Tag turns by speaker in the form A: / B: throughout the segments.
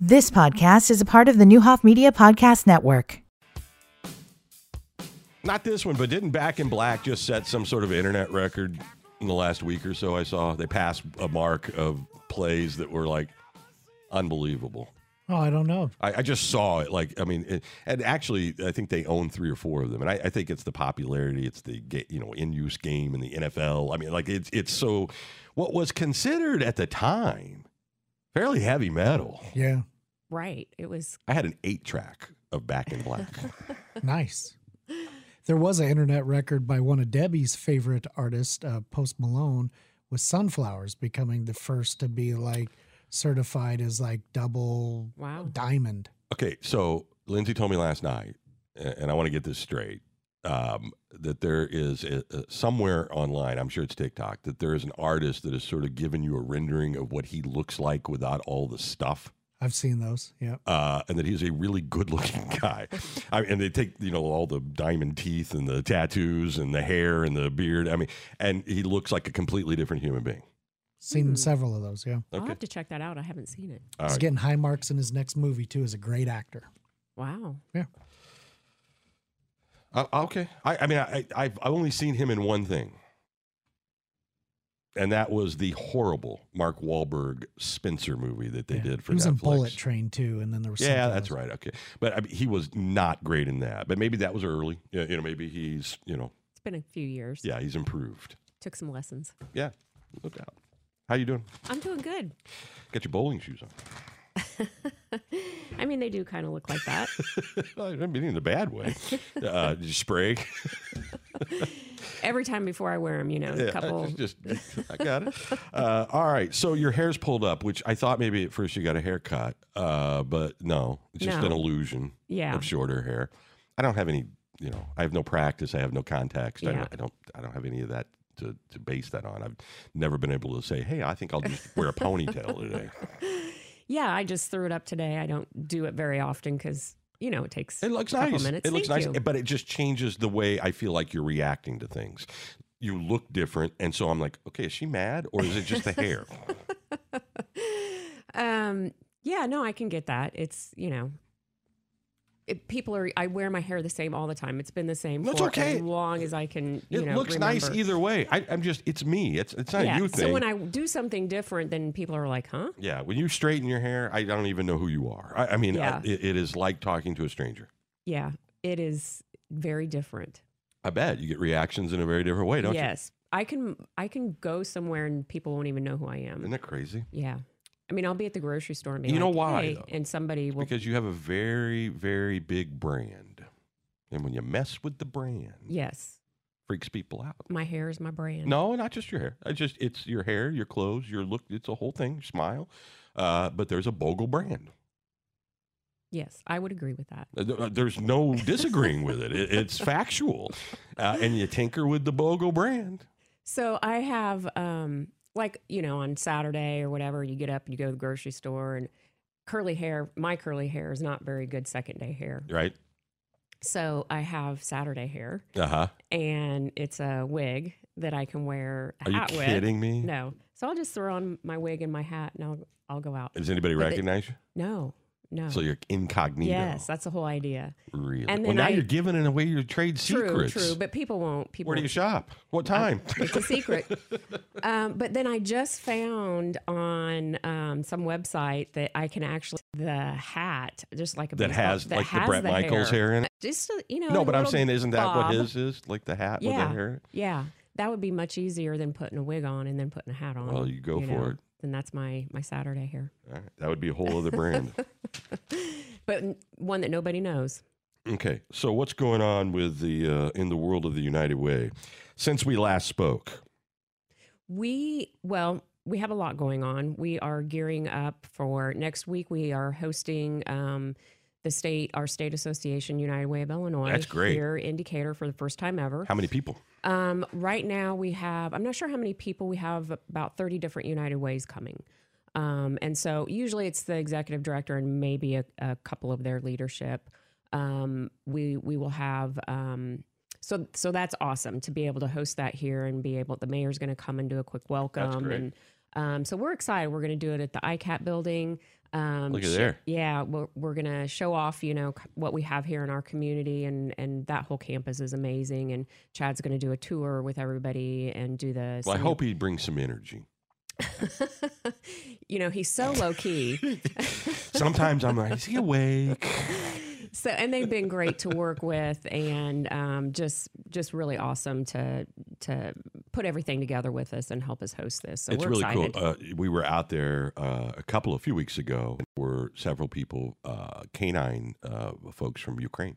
A: This podcast is a part of the Newhoff Media Podcast Network.
B: Not this one, but didn't Back in Black just set some sort of internet record in the last week or so? I saw they passed a mark of plays that were like unbelievable.
C: Oh, I don't know.
B: I, I just saw it. Like, I mean, it, and actually, I think they own three or four of them. And I, I think it's the popularity, it's the ga- you know in use game in the NFL. I mean, like it's it's so what was considered at the time fairly heavy metal.
C: Yeah,
D: Right. It was
B: I had an eight track of Back in Black.
C: nice. There was an internet record by one of Debbie's favorite artists, uh, Post Malone, with Sunflowers becoming the first to be like certified as like double
D: wow.
C: diamond.
B: Okay, so Lindsay told me last night, a- and I want to get this straight, um, that there is a, a- somewhere online, I'm sure it's TikTok, that there is an artist that has sort of given you a rendering of what he looks like without all the stuff.
C: I've seen those. Yeah.
B: Uh, and that he's a really good-looking guy, I, and they take you know all the diamond teeth and the tattoos and the hair and the beard. I mean, and he looks like a completely different human being.
C: Seen
D: Hmm.
C: several of those. Yeah.
D: I'll
B: Okay,
D: have to check that out. I haven't seen it.
B: all
C: He's
B: right.
C: getting high marks in his next movie too as a great actor.
D: Wow.
B: Uh, okay. I, I mean, I, I- I've, I've only seen him in one thing, and that was the horrible Mark Wahlberg Spencer movie that they
C: Yeah.
B: did for
C: He was
B: Netflix.
C: in Bullet Train too, and then there was
B: yeah,
C: something
B: that's
C: else.
B: right. Okay, but I mean, he was not great in that. But maybe that was early. Yeah, you know, maybe he's you know,
D: It's been a few years.
B: yeah, he's improved.
D: Took some lessons.
B: Yeah, no doubt. How you doing?
D: I'm doing good.
B: Got your bowling shoes on.
D: I mean, they do kind of look like that.
B: I don't mean in a bad way. Uh, did you spray?
D: Every time before I wear them, you know,
B: Yeah,
D: a couple.
B: I just, just- I got it. Uh, all right. So your hair's pulled up, which I thought maybe at first you got a haircut, uh, but no, it's just
D: No.
B: an illusion
D: yeah.
B: of shorter hair. I don't have any, you know, I have no practice. I have no context. I,
D: Yeah.
B: don't, I don't, I don't have any of that to, to base that on. I've never been able to say, Hey, I think I'll just wear a ponytail today.
D: Yeah. I just threw it up today. I don't do it very often because, you know, it takes
B: It looks
D: a couple
B: nice.
D: minutes.
B: It looks
D: Thank
B: nice,
D: you.
B: but it just changes the way I feel like you're reacting to things. You look different. And so I'm like, okay, is she mad or is it just the hair?
D: um, yeah, no, I can get that. It's, you know, it, people are, I wear my hair the same all the time. It's been the same
B: That's
D: for
B: okay.
D: as long as I can, you
B: It
D: know,
B: looks nice
D: remember.
B: either way. I, I'm just, it's me. It's it's not
D: yeah.
B: a you thing.
D: So when I do something different, then people are like, huh?
B: yeah, when you straighten your hair, I don't even know who you are. I, I mean, I-
D: Yeah.
B: it, it is like talking to a stranger.
D: Yeah, it is very different.
B: I bet you get reactions in a very different way, don't
D: yes. I can I can go somewhere and people won't even know who I
B: you?
D: am.
B: Isn't that crazy?
D: yeah. I mean, I'll be at the grocery store and be
B: You
D: like,
B: know why,
D: "Hey,"
B: though?
D: and somebody will
B: Because you have a very, very big brand, and when you mess with the brand,
D: Yes.
B: freaks people out.
D: My hair is my brand.
B: No, not just your hair. It's just it's your hair, your clothes, your look. It's a whole thing. Your smile, uh, but there's a Bogle brand.
D: Yes, I would agree with that.
B: Uh, th- uh, There's no disagreeing with it. it it's factual, uh, and you tinker with the Bogle brand.
D: So I have, um, like, you know, on Saturday or whatever, you get up and you go to the grocery store and curly hair, my curly hair is not very good second day hair.
B: Right?
D: So I have Saturday hair
B: Uh huh.
D: and it's a wig that I can wear a
B: Are you
D: hat with.
B: kidding me?
D: No. So I'll just throw on my wig and my hat and I'll, I'll go out.
B: Does anybody
D: But they-
B: recognize you?
D: No, no.
B: So you're incognito.
D: yes, that's the whole idea.
B: Really?
D: and
B: well,
D: then
B: now
D: I-
B: you're giving in away your trade secrets.
D: True, true. But people won't. People
B: Where do you
D: won't-
B: shop? What time?
D: It's a secret. um, but then I just found on um, some website that I can actually the hat, just like a
B: that
D: baseball-
B: has
D: that
B: like
D: has
B: the Brett Michaels hair, in it.
D: Just uh, you know.
B: No,
D: a
B: but I'm
D: little
B: saying, isn't that
D: bob.
B: what his is? Like the hat with
D: Yeah.
B: the hair.
D: Yeah, that would be much easier than putting a wig on and then putting a hat on.
B: Well, you go for it.
D: Then that's my my Saturday hair,
B: All right. That would be a whole other brand.
D: but n- one that nobody knows.
B: Okay, so what's going on with the uh, in the world of the United Way since we last spoke?
D: We, well, we have a lot going on. We are gearing up for next week. We are hosting um, the state, our state association, United Way of Illinois.
B: That's great.
D: Here, in Decatur for the first time ever.
B: How many people?
D: Um, right now, we have, I'm not sure how many people, we have about 30 different United Ways coming. Um, and so usually it's the executive director and maybe a, a couple of their leadership. Um, we, we will have, um, so, so that's awesome to be able to host that here and be able, the mayor's going to come and do a quick welcome.
B: great.
D: And, um, so we're excited. We're going to do it at the ICAT building. Um,
B: Look at
D: sh-
B: there.
D: Yeah, we're, we're gonna show off, you know, c- what we have here in our community, and and that whole campus is amazing. And Chad's gonna do a tour with everybody and do the.
B: Well, I
D: singing-
B: hope he brings some energy.
D: you know, he's so low key.
B: Sometimes I'm like, is he awake?
D: so and they've been great to work with and um, just just really awesome to to put everything together with us and help us host this so
B: it's
D: we're
B: really
D: excited
B: cool. Uh, we were out there uh, a couple, a few weeks ago. And were several people, uh, canine uh, folks from Ukraine.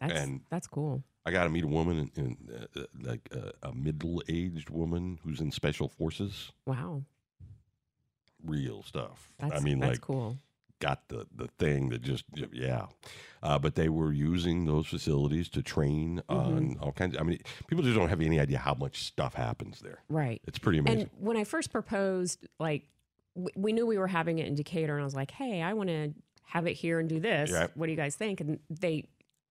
D: that's,
B: and-
D: that's cool
B: I got to meet a woman, in, in, uh, uh, like uh, a middle-aged woman who's in special forces.
D: wow
B: Real stuff.
D: that's,
B: I mean,
D: that's
B: like
D: cool
B: got the the thing that just yeah. Uh, but they were using those facilities to train on
D: Mm-hmm.
B: all kinds. I mean, people just don't have any idea how much stuff happens there.
D: right
B: It's pretty amazing.
D: and when i first proposed like w- we knew we were having it in decatur and i was like hey i want to have it here and do this
B: Yeah.
D: what do you guys think and they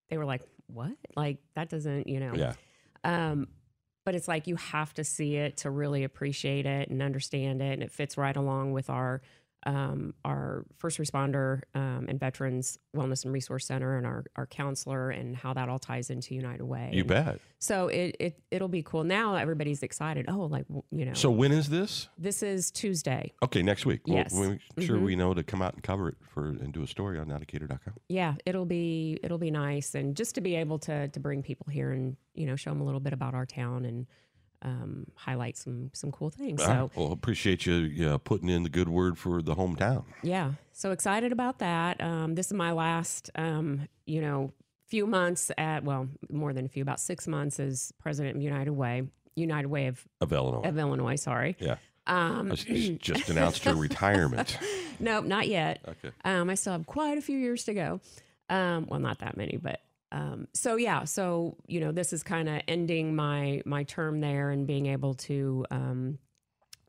D: they were like what like that doesn't you know
B: yeah,
D: Um, but it's like you have to see it to really appreciate it and understand it, and it fits right along with our um, our first responder um, and veterans wellness and resource center and our our counselor and how that all ties into United Way.
B: you
D: And
B: bet.
D: So it it it'll be cool. Now everybody's excited. Oh, like w- you know,
B: So when is this?
D: this is Tuesday.
B: Okay, next week. We'll-
D: Yes.
B: We'll, make sure
D: Mhm.
B: we know to come out and cover it for and do a story on nauticator.com.
D: Yeah, it'll be it'll be nice, and just to be able to to bring people here and you know show them a little bit about our town and um, highlight some some cool things.
B: All
D: so
B: right. Well, appreciate you yeah, putting in the good word for the hometown.
D: Yeah. So excited about that. Um, this is my last, um, you know, few months at, well, more than a few, about six months as president of United Way, United Way of,
B: of Illinois.
D: of Illinois, sorry.
B: Yeah.
D: Um,
B: Uh, she's just announced her retirement.
D: nope, not yet.
B: Okay.
D: Um, I still have quite a few years to go. Um, well, not that many, but um, so yeah. So you know, this is kind of ending my my term there and being able to um,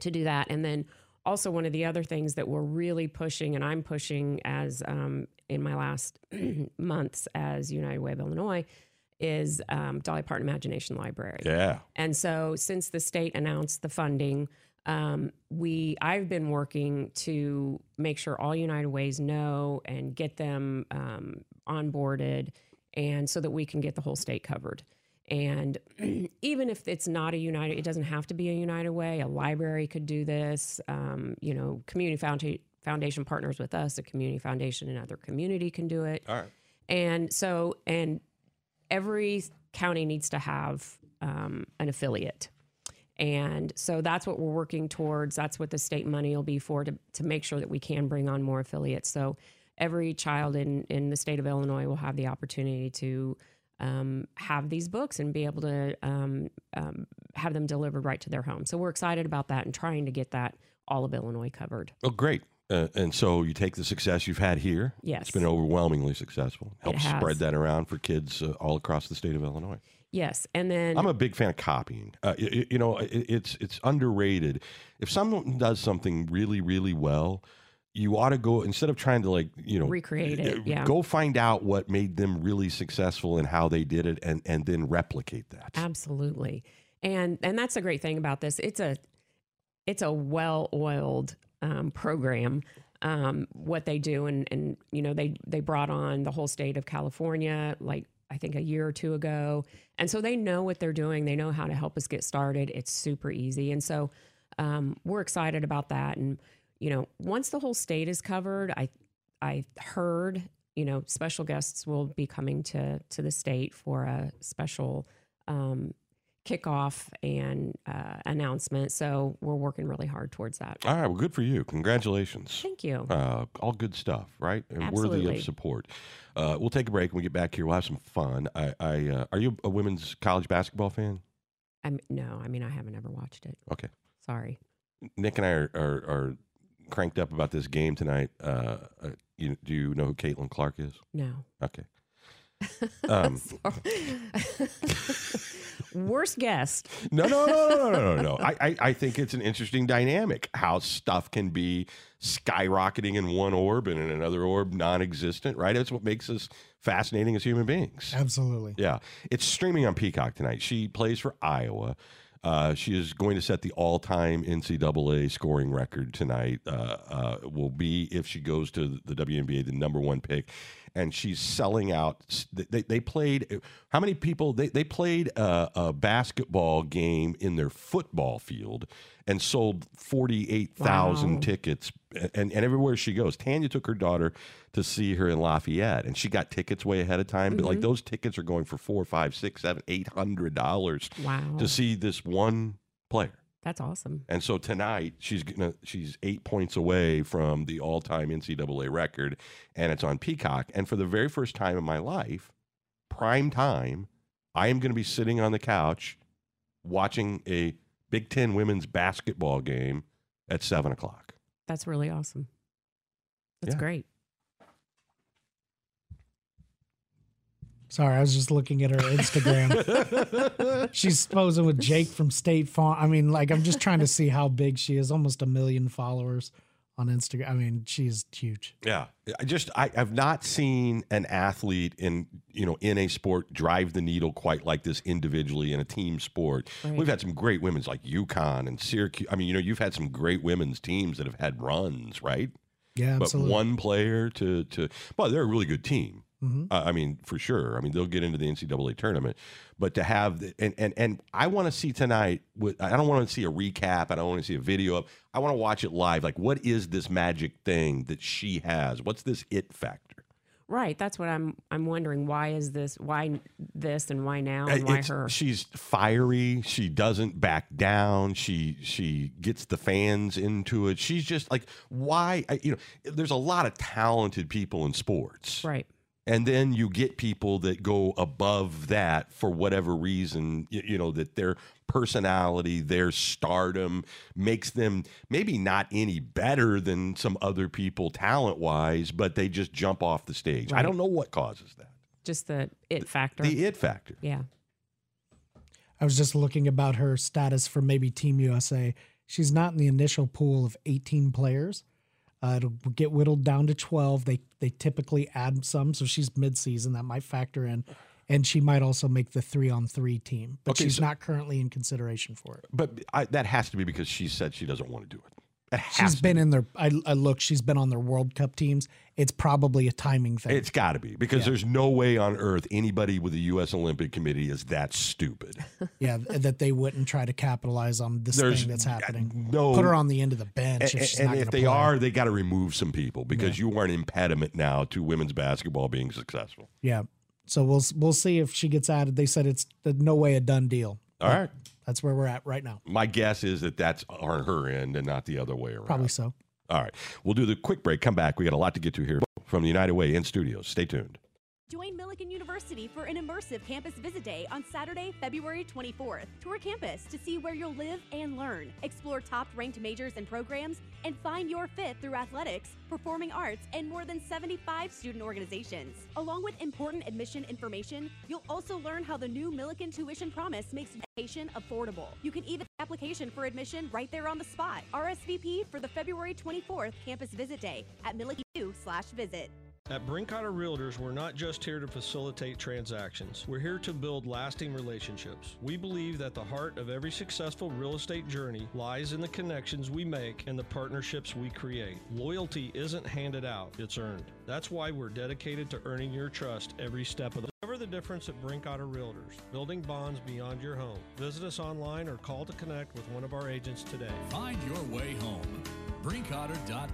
D: to do that. And then also one of the other things that we're really pushing, and I'm pushing as um, in my last months as United Way of Illinois, is um, Dolly Parton Imagination Library.
B: Yeah.
D: And so, since the state announced the funding, um, we I've been working to make sure all United Ways know and get them um, onboarded, and so that we can get the whole state covered. And even if it's not a United, it doesn't have to be a United Way. A library could do this. Um, you know, community foundation foundation partners with us. A community foundation in other community can do it.
B: All right.
D: And so, and every county needs to have um, an affiliate. And so that's what we're working towards. That's what the state money will be for to, to make sure that we can bring on more affiliates. So every child in, in the state of Illinois will have the opportunity to um, have these books and be able to um, um, have them delivered right to their home. So we're excited about that and trying to get that all of Illinois covered.
B: Oh, great. Uh, and so you take the success you've had here.
D: Yes.
B: It's been overwhelmingly successful. Help
D: has.
B: spread that around for kids uh, all across the state of Illinois.
D: Yes. And then
B: I'm a big fan of copying. Uh, y- y- you, know, it, it's it's underrated. If someone does something really really well, you ought to go instead of trying to like you know
D: Recreate it,
B: uh,
D: yeah.
B: Go find out what made them really successful and how they did it, and and then replicate that.
D: Absolutely. And and that's the great thing about this. It's a it's a well-oiled um, program. Um, what they do and and you know they they brought on the whole state of California like I think a year or two ago. And so they know what they're doing. They know how to help us get started. It's super easy. And so um, we're excited about that and you know once the whole state is covered I I heard, you know, special guests will be coming to to the state for a special um, kickoff and uh, announcement. So we're working really hard towards that.
B: All right, well, good for you. Congratulations.
D: Thank you.
B: Uh, all good stuff, right? And worthy
D: Absolutely.
B: of support. Uh, we'll take a break. When we get back here, we'll have some fun. I, I uh, are you a women's college basketball fan?
D: I'm, no, I mean I haven't ever watched it.
B: Okay.
D: Sorry.
B: Nick and I are, are, are cranked up about this game tonight. Uh, uh, you, do you know who Caitlin Clark is?
D: No.
B: Okay. Um,
D: Sorry. Worst guest.
B: no, no, no, no, no, no, no. I, I, I think it's an interesting dynamic how stuff can be skyrocketing in one orb and in another orb non existent, right? That's what makes us fascinating as human beings.
C: Absolutely.
B: Yeah. It's streaming on Peacock tonight. She plays for Iowa. Uh, she is going to set the all-time NCAA scoring record tonight. Uh, uh, will be if she goes to the WNBA the number one pick, and she's selling out. They, they played uh, how many people? They they played a, a basketball game in their football field and sold forty-eight thousand
D: Wow.
B: tickets. And and everywhere she goes, Tanya took her daughter to see her in Lafayette, and she got tickets way ahead of time. But like those tickets are going for four, five, six, seven, eight hundred dollars
D: Wow.
B: to see this one player.
D: That's awesome.
B: And so tonight she's gonna she's eight points away from the all time NCAA record, and it's on Peacock. And for the very first time in my life, prime time, I am gonna be sitting on the couch watching a Big Ten women's basketball game at seven o'clock.
D: That's really awesome. That's
B: Yeah.
D: great.
C: Sorry, I was just looking at her Instagram. She's posing with Jake from State Farm. I mean, like, I'm just trying to see how big she is. Almost a million followers on Instagram. I mean, she's huge.
B: Yeah, I just I, I've not seen an athlete in you know in a sport drive the needle quite like this individually in a team sport.
D: Right.
B: We've had some great women's like UConn and Syracuse. I mean, you know, you've had some great women's teams that have had runs, right?
C: Yeah, absolutely.
B: But one player to to well, they're a really good team.
C: Mhm.
B: Uh, I mean, for sure. I mean, they'll get into the NCAA tournament, but to have the, and and and I want to see tonight. With, I don't want to see a recap. I don't want to see a video up. I want to watch it live. Like, what is this magic thing that she has? What's this it factor?
D: Right. That's what I'm I'm wondering. Why is this why this and why now and why
B: Uh, It's-
D: her?
B: She's fiery. She doesn't back down. She she gets the fans into it. She's just like why I, you know. There's a lot of talented people in sports,
D: Right.
B: and then you get people that go above that for whatever reason you, you know that their personality their stardom makes them maybe not any better than some other people talent wise but they just jump off the stage i
D: Right.
B: don't know what causes that
D: Just the it factor.
B: the it factor
D: yeah.
C: I was just looking about her status for maybe Team USA. She's not in the initial pool of 18 players. Uh, it'll get whittled down to 12. They they typically add some, so she's midseason. That might factor in, and she might also make the three on three team, but
B: Okay,
C: she's
B: so-
C: not currently in consideration for it.
B: but I, that has to be because she said she doesn't want to do it it has
C: She's
B: to
C: been in their. I, I look. She's been on their World Cup teams. It's probably a timing thing.
B: It's got to be because there's no way on earth anybody with the U.S. Olympic Committee is that stupid.
C: yeah, that they wouldn't try to capitalize on this
B: There's
C: thing that's happening.
B: no-
C: put her on the end of the bench.
B: and,
C: if she's
B: and
C: not
B: if
C: gonna
B: they
C: play.
B: are, they got to remove some people because you are an impediment now to women's basketball being successful.
C: Yeah. So we'll we'll see if she gets added. They said it's the- no way a done deal.
B: All right,
C: That's where we're at right now.
B: my guess is that that's on her end and not the other way around.
C: Probably so.
B: All right, we'll do the quick break. Come back. We got a lot to get to here from the United Way in studios. Stay tuned.
E: Join Millikan University for an immersive campus visit day on Saturday, February 24th. Tour campus to see where you'll live and learn, explore top ranked majors and programs, and find your fit through athletics, performing arts, and more than 75 student organizations. Along with important admission information, you'll also learn how the new Millikan tuition promise makes education affordable. You can even application for admission right there on the spot. RSVP for the February 24th campus visit day at millikan slash visit.
F: At Brinkotter Realtors, we're not just here to facilitate transactions. We're here to build lasting relationships. We believe that the heart of every successful real estate journey lies in the connections we make and the partnerships we create. Loyalty isn't handed out, it's earned. That's why we're dedicated to earning your trust every step of the Discover the difference at Brinkotter Realtors, building bonds beyond your home. Visit us online or call to connect with one of our agents today.
G: Find your way home. Brinkotter.com.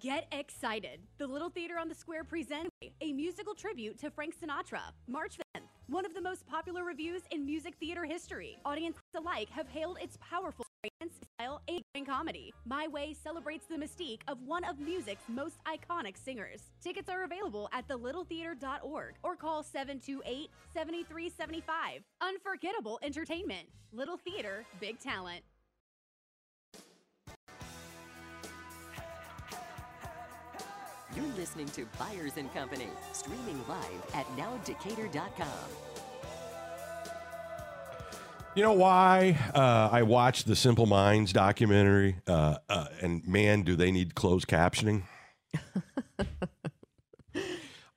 E: Get excited. The Little Theater on the Square presents a musical tribute to Frank Sinatra, March 5th. One of the most popular reviews in music theater history. Audiences alike have hailed its powerful dance style and daring comedy. My Way celebrates the mystique of one of music's most iconic singers. Tickets are available at thelittletheater.org or call 728 7375. Unforgettable entertainment. Little Theater, big talent.
H: You're listening to Buyers and Company, streaming live at nowdecatur.com.
B: You know why uh, I watched the Simple Minds documentary? Uh, uh, and man, do they need closed captioning.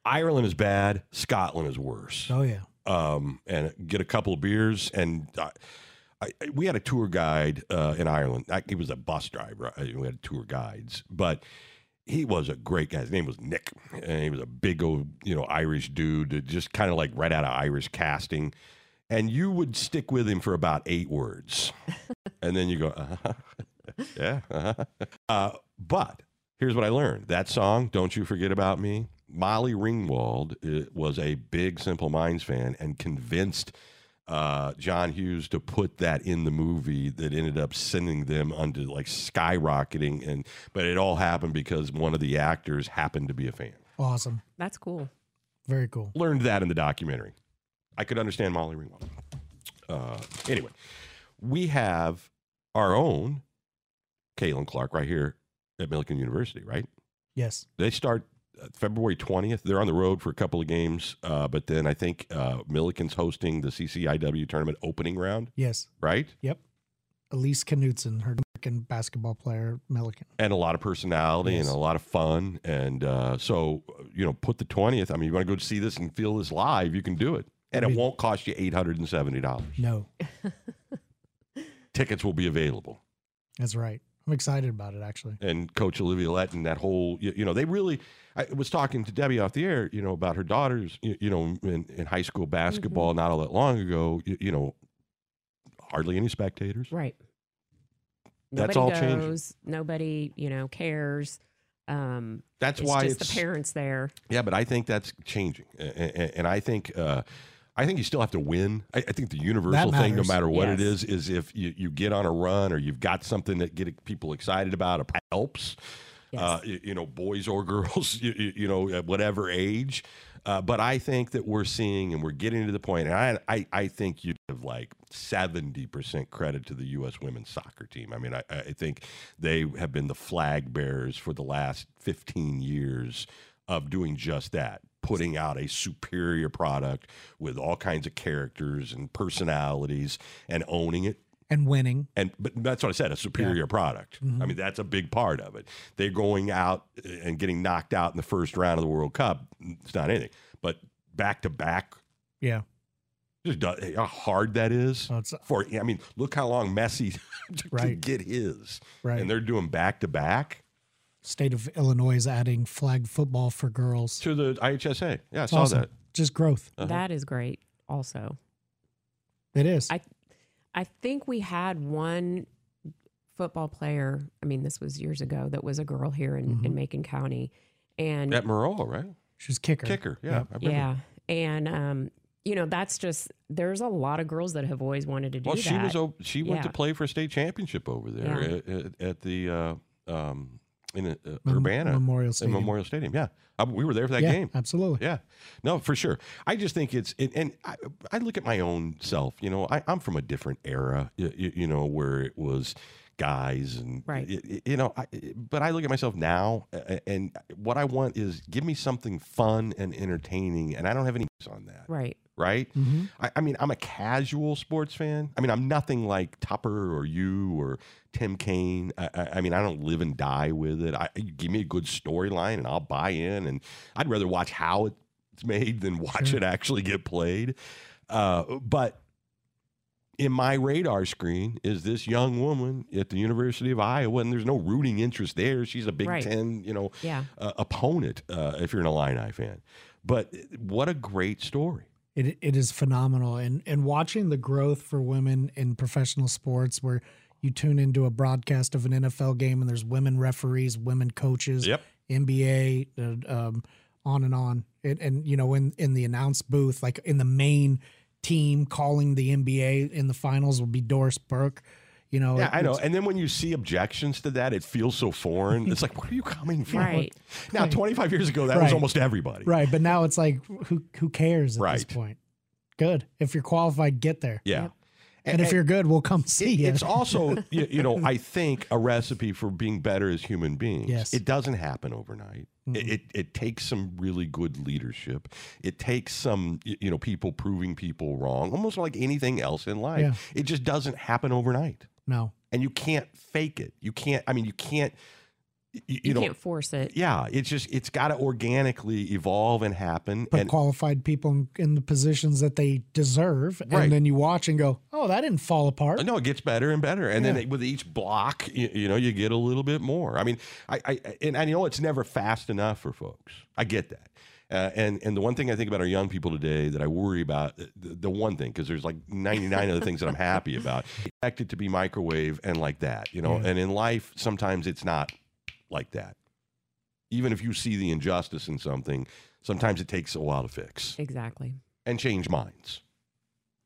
B: Ireland is bad. Scotland is worse.
C: Oh yeah.
B: um, and get a couple of beers. And I, I, we had a tour guide uh, in Ireland. I, he was a bus driver. I, we had tour guides, but he was a great guy. His name was Nick, and he was a big old, you know, Irish dude, uh, just kind of like right out of Irish casting. And you would stick with him for about eight words, and then you go, uh-huh, yeah. Uh-huh. Uh, but here's what I learned: that song, "Don't You Forget About Me," Molly Ringwald uh, was a big Simple Minds fan and convinced uh, John Hughes to put that in the movie that ended up sending them under like skyrocketing and but it all happened because one of the actors happened to be a fan.
C: Awesome.
D: That's cool.
C: Very cool.
B: Learned that in the documentary. I could understand Molly Ringwald. Uh, anyway, we have our own Caitlin Clark right here at Millikan University, right?
C: Yes.
B: they start uh, February 20th. They're on the road for a couple of games, uh, but then I think uh, Milliken's hosting the CCIW tournament opening round,
C: Yes.
B: right?
C: Yep. Elise Knudsen, her American basketball player, Milliken.
B: And a lot of personality
C: Yes.
B: and a lot of fun. And uh, so, you know, put the 20th. I mean, you want to go see this and feel this live, you can do it. And it
C: Agreed.
B: won't cost you $870.
C: No,
B: Tickets will be available.
C: that's right. I'm excited about it, actually.
B: and Coach Olivia Lett and that whole, you, you know, they really. I was talking to Debbie off the air, you know, about her daughters, you, you know, in, in high school basketball
D: Mm-hmm.
B: not all that long ago, you, you know, hardly any spectators.
D: Right.
B: That's all
D: Nobody
B: changing.
D: goes. Nobody, you know, cares. Um,
B: That's
D: it's
B: why
D: just
B: it's
D: the parents there.
B: yeah, but I think that's changing, and, and I think. Uh, I think you still have to win. I, I think the universal thing, no
C: matters.
B: matter what it
D: Yes.
B: is, is if you, you get on a run or you've got something that get people excited about, it helps.
D: Yes.
B: uh, you, you know, boys or girls, you, you, you know, at whatever age. Uh, but I think that we're seeing and we're getting to the point, and I, I, I think you give like 70% credit to the U.S. women's soccer team. I mean, I, I think they have been the flag bearers for the last 15 years of doing just that. Putting out a superior product with all kinds of characters and personalities and owning it
C: And winning.
B: and but that's what I said, a superior product.
C: Mm-hmm.
B: I mean, that's a big part of it. They're going out and getting knocked out in the first round of the World Cup. It's not anything, but back to back,
C: Yeah.
B: just do- how hard that is.
C: Oh, it's-
B: for I mean, look how long Messi took to
C: Right.
B: get his,
C: Right.
B: and they're doing back to back
C: State of Illinois is adding flag football for girls.
B: to the IHSA. Yeah, I
C: It's
B: saw
C: awesome.
B: that.
C: Just growth.
D: That is great. Also,
C: It is.
D: I I think we had one football player. I mean, this was years ago. That was a girl here in,
B: Mm-hmm.
D: in Macon County, and
B: At Morrell, right?
C: She's kicker.
B: Kicker, yeah,
C: Yep.
B: I remember.
D: yeah, and um, you know, that's just there's a lot of girls that have always wanted to do
B: Well,
D: that.
B: she was o- she went to
D: Yeah.
B: play for a state championship over there
D: Yeah.
B: at, at, at the uh, um, in uh,
C: Mem-
B: Urbana
C: Memorial
B: in
C: Stadium.
B: Memorial Stadium. Yeah, I, we were there for that
C: yeah,
B: game.
C: absolutely.
B: Yeah, no, for sure. I just think it's and, and I, I look at my own self. You know, I, I'm from a different era. You, you know, where it was guys and
D: Right.
B: y- y- you know, I, but I look at myself now, a- a- and what I want is give me something fun and entertaining, and I don't have any on that
D: right.
B: right?
D: Mm-hmm.
B: I, I mean, I'm a casual sports fan. I mean, I'm nothing like Tupper or you or Tim Kaine. I, I, I mean, I don't live and die with it. I you give me a good storyline and I'll buy in. And I'd rather watch how it's made than watch
C: Sure.
B: it actually get played. Uh, but in my radar screen is this young woman at the University of Iowa, and there's no rooting interest there. She's a Big
D: Right.
B: Ten, you know,
D: Yeah.
B: uh, opponent uh, if you're an Illini fan. But what a great story!
C: It, it is phenomenal. And, and watching the growth for women in professional sports where you tune into a broadcast of an NFL game and there's women referees, women coaches,
B: Yep.
C: NBA, uh, um, on and on. It, and, you know, in, in the announce booth, like in the main team calling the NBA in the finals will be Doris Burke. You know,
B: Yeah,
C: it-
B: I know.
C: it's-
B: And then when you see objections to that, it feels so foreign. It's like, where are you coming from?
D: Right.
B: Now, 25 years ago, that was
C: Right.
B: almost everybody.
C: Right. But now it's like, who, who cares at this
B: Right.
C: point? Good. If you're qualified, get there.
B: Yeah.
C: And, if you're good, we'll come see you.
B: It's also, you, you know, I think a recipe for being better as human beings.
C: Yes.
B: It doesn't happen overnight. It, it it takes some really good leadership. It takes some, y- you know, people proving people wrong, almost like anything else in life.
C: Yeah.
B: It just doesn't happen overnight.
C: no.
B: and you can't fake it. You can't. I mean, you can't y- you,
D: You,
B: know,
D: can't force it.
B: yeah, it's just it's got to organically evolve and happen.
C: Put
B: and
C: qualified people in, in the positions that they deserve,
B: Right.
C: and then you watch and go, "Oh, that didn't fall apart."
B: No, it gets better and better, and then with each block, you, you know, you get a little bit more. I mean, I, I and I know it's never fast enough for folks. I get that, uh, and and the one thing I think about our young people today that I worry about, uh, the, the one thing, because there's like 99 other things that I'm happy about, expect it to be microwave and like that, you know. And in life, sometimes it's not like that. Even if you see the injustice in something, sometimes it takes a while to fix
D: Exactly.
B: and change minds.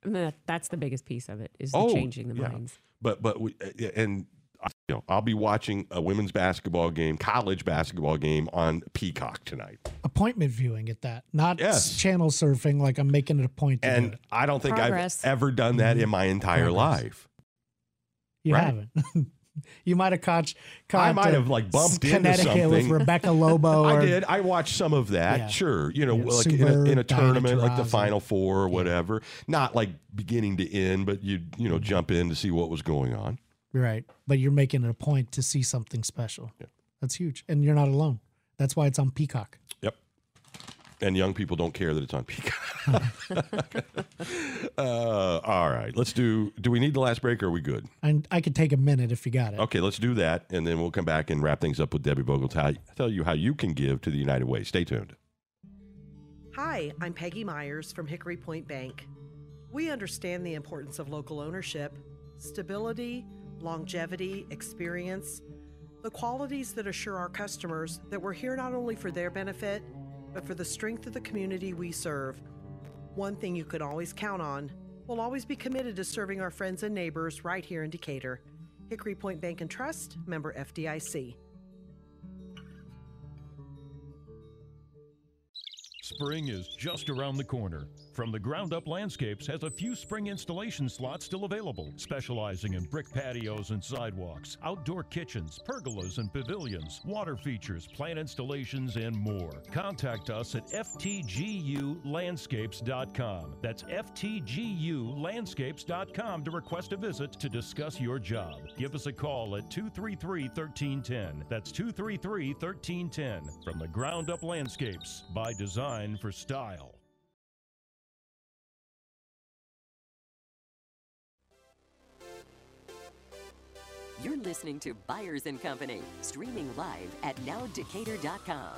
D: And that- That's the biggest piece of it is the changing the
B: Oh, yeah.
D: minds.
B: But but we, uh, yeah, and I- you know, I'll be watching a women's basketball game, college basketball game on Peacock tonight,
C: Appointment viewing at that, not
B: Yes.
C: s- channel surfing. Like I'm making it a point. To do
B: and
C: it.
B: I don't think
D: Progress.
B: I've ever done that in my entire
C: Progress.
B: life.
C: you
B: right.
C: haven't. you might have caught.
B: I
C: caught
B: might
C: uh,
B: have like bumped into
C: Connecticut with
B: something.
C: Rebecca Lobo. Or,
B: I did. I watched some of that.
C: Yeah.
B: Sure, you know,
C: Yeah,
B: like in a,
C: Subaru,
B: in a
C: Diana
B: tournament, like the
C: Taurasi.
B: Final Four or whatever. Not like beginning to end, but you you know jump in to see what was going on.
C: Right. But you're making it a point to see something special. That's huge. And you're not alone. That's why it's on Peacock.
B: Yep. And young people don't care that it's on Peacock. uh, all right, let's do. Do we need the last break? Or are we good?
C: And I could take a minute if you got it.
B: Okay, let's do that, and then we'll come back and wrap things up with Debbie Bogle to how- tell you how you can give to the United Way. Stay tuned.
I: Hi, I'm Peggy Myers from Hickory Point Bank. We understand the importance of local ownership, stability, longevity, experience, the qualities that assure our customers that we're here not only for their benefit, but for the strength of the community we serve. One thing you can always count on we'll always be committed to serving our friends and neighbors right here in Decatur. Hickory Point Bank and Trust, member FDIC.
G: Spring is just around the corner. From the Ground Up Landscapes has a few spring installation slots still available, specializing in brick patios and sidewalks, outdoor kitchens, pergolas and pavilions, water features, plant installations, and more. Contact us at ftgulandscapes.com. That's ftgulandscapes.com to request a visit to discuss your job. Give us a call at 233 1310. That's 233 1310. From the Ground Up Landscapes, by design for style.
H: You're listening to Buyers and Company, streaming live at nowdecatur.com.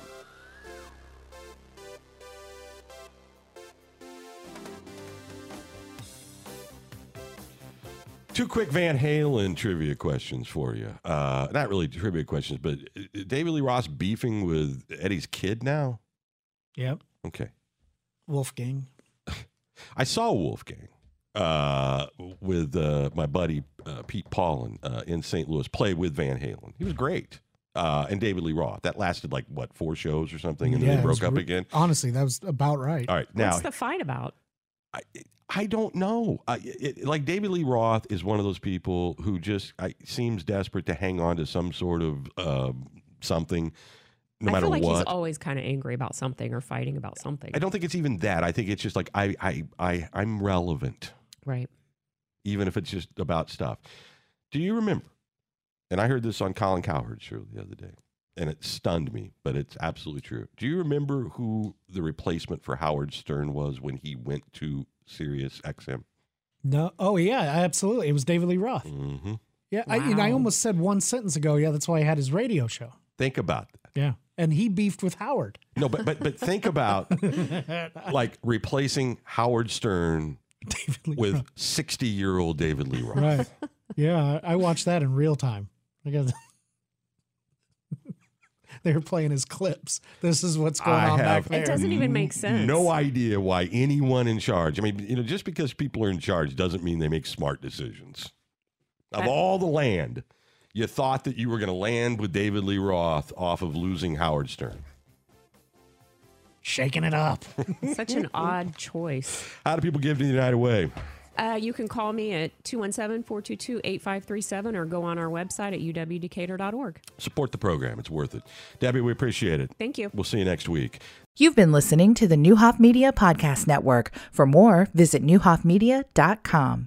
B: Two quick Van Halen trivia questions for you. Uh, not really trivia questions, but uh, David Lee Ross beefing with Eddie's kid now.
C: Yep.
B: Okay,
C: Wolfgang.
B: I saw Wolfgang uh, with uh, my buddy uh, Pete Paulin uh, in St. Louis play with Van Halen. He was great. Uh, and David Lee Roth. That lasted like what four shows or something, and then
C: it
B: they
C: was
B: broke up
C: re-
B: again.
C: Honestly, that was about right.
B: All right, now
D: What's the fight about?
B: I, I don't know. I, it, like David Lee Roth is one of those people who just I, seems desperate to hang on to some sort of um, something, no
D: I
B: matter
D: feel like he's
B: what.
D: always kind of angry about something or fighting about something.
B: I don't think it's even that. I think it's just like I, I, I, I'm relevant,
D: Right.
B: even if it's just about stuff. Do you remember? And I heard this on Colin Cowherd's show the other day, and it stunned me, but it's absolutely true. Do you remember who the replacement for Howard Stern was when he went to Sirius XM?
C: No. Oh, yeah, absolutely. It was David Lee Roth.
B: hmm
C: Yeah. I, and I
D: Wow.
C: almost said one sentence ago. Yeah, that's why he had his radio show.
B: Think about that.
C: Yeah. And he beefed with Howard.
B: No, but but but think about like replacing Howard Stern
C: David Lee
B: with
C: Roth.
B: sixty-year-old David Lee Roth.
C: Right. Yeah. I I watched that in real time. I guess. they were playing his clips. This is what's going
B: I
C: on back
B: have
C: there.
D: It doesn't even make sense.
B: No idea why anyone in charge. I mean, you know, just because people are in charge doesn't mean they make smart decisions. Of
D: That-
B: all the land, you thought that you were going to land with David Lee Roth off of losing Howard Stern.
C: Shaking it up.
D: Such an odd choice.
B: How do people give to the United Way?
D: Uh, you can call me at 217-422-8537 or go on our website at uwdecatur.org.
B: Support the program; it's worth it. Debbie, we appreciate it.
D: Thank you.
B: We'll see you next week.
A: You've been listening to the Newhoff Media Podcast Network. For more, visit newhoffmedia.com.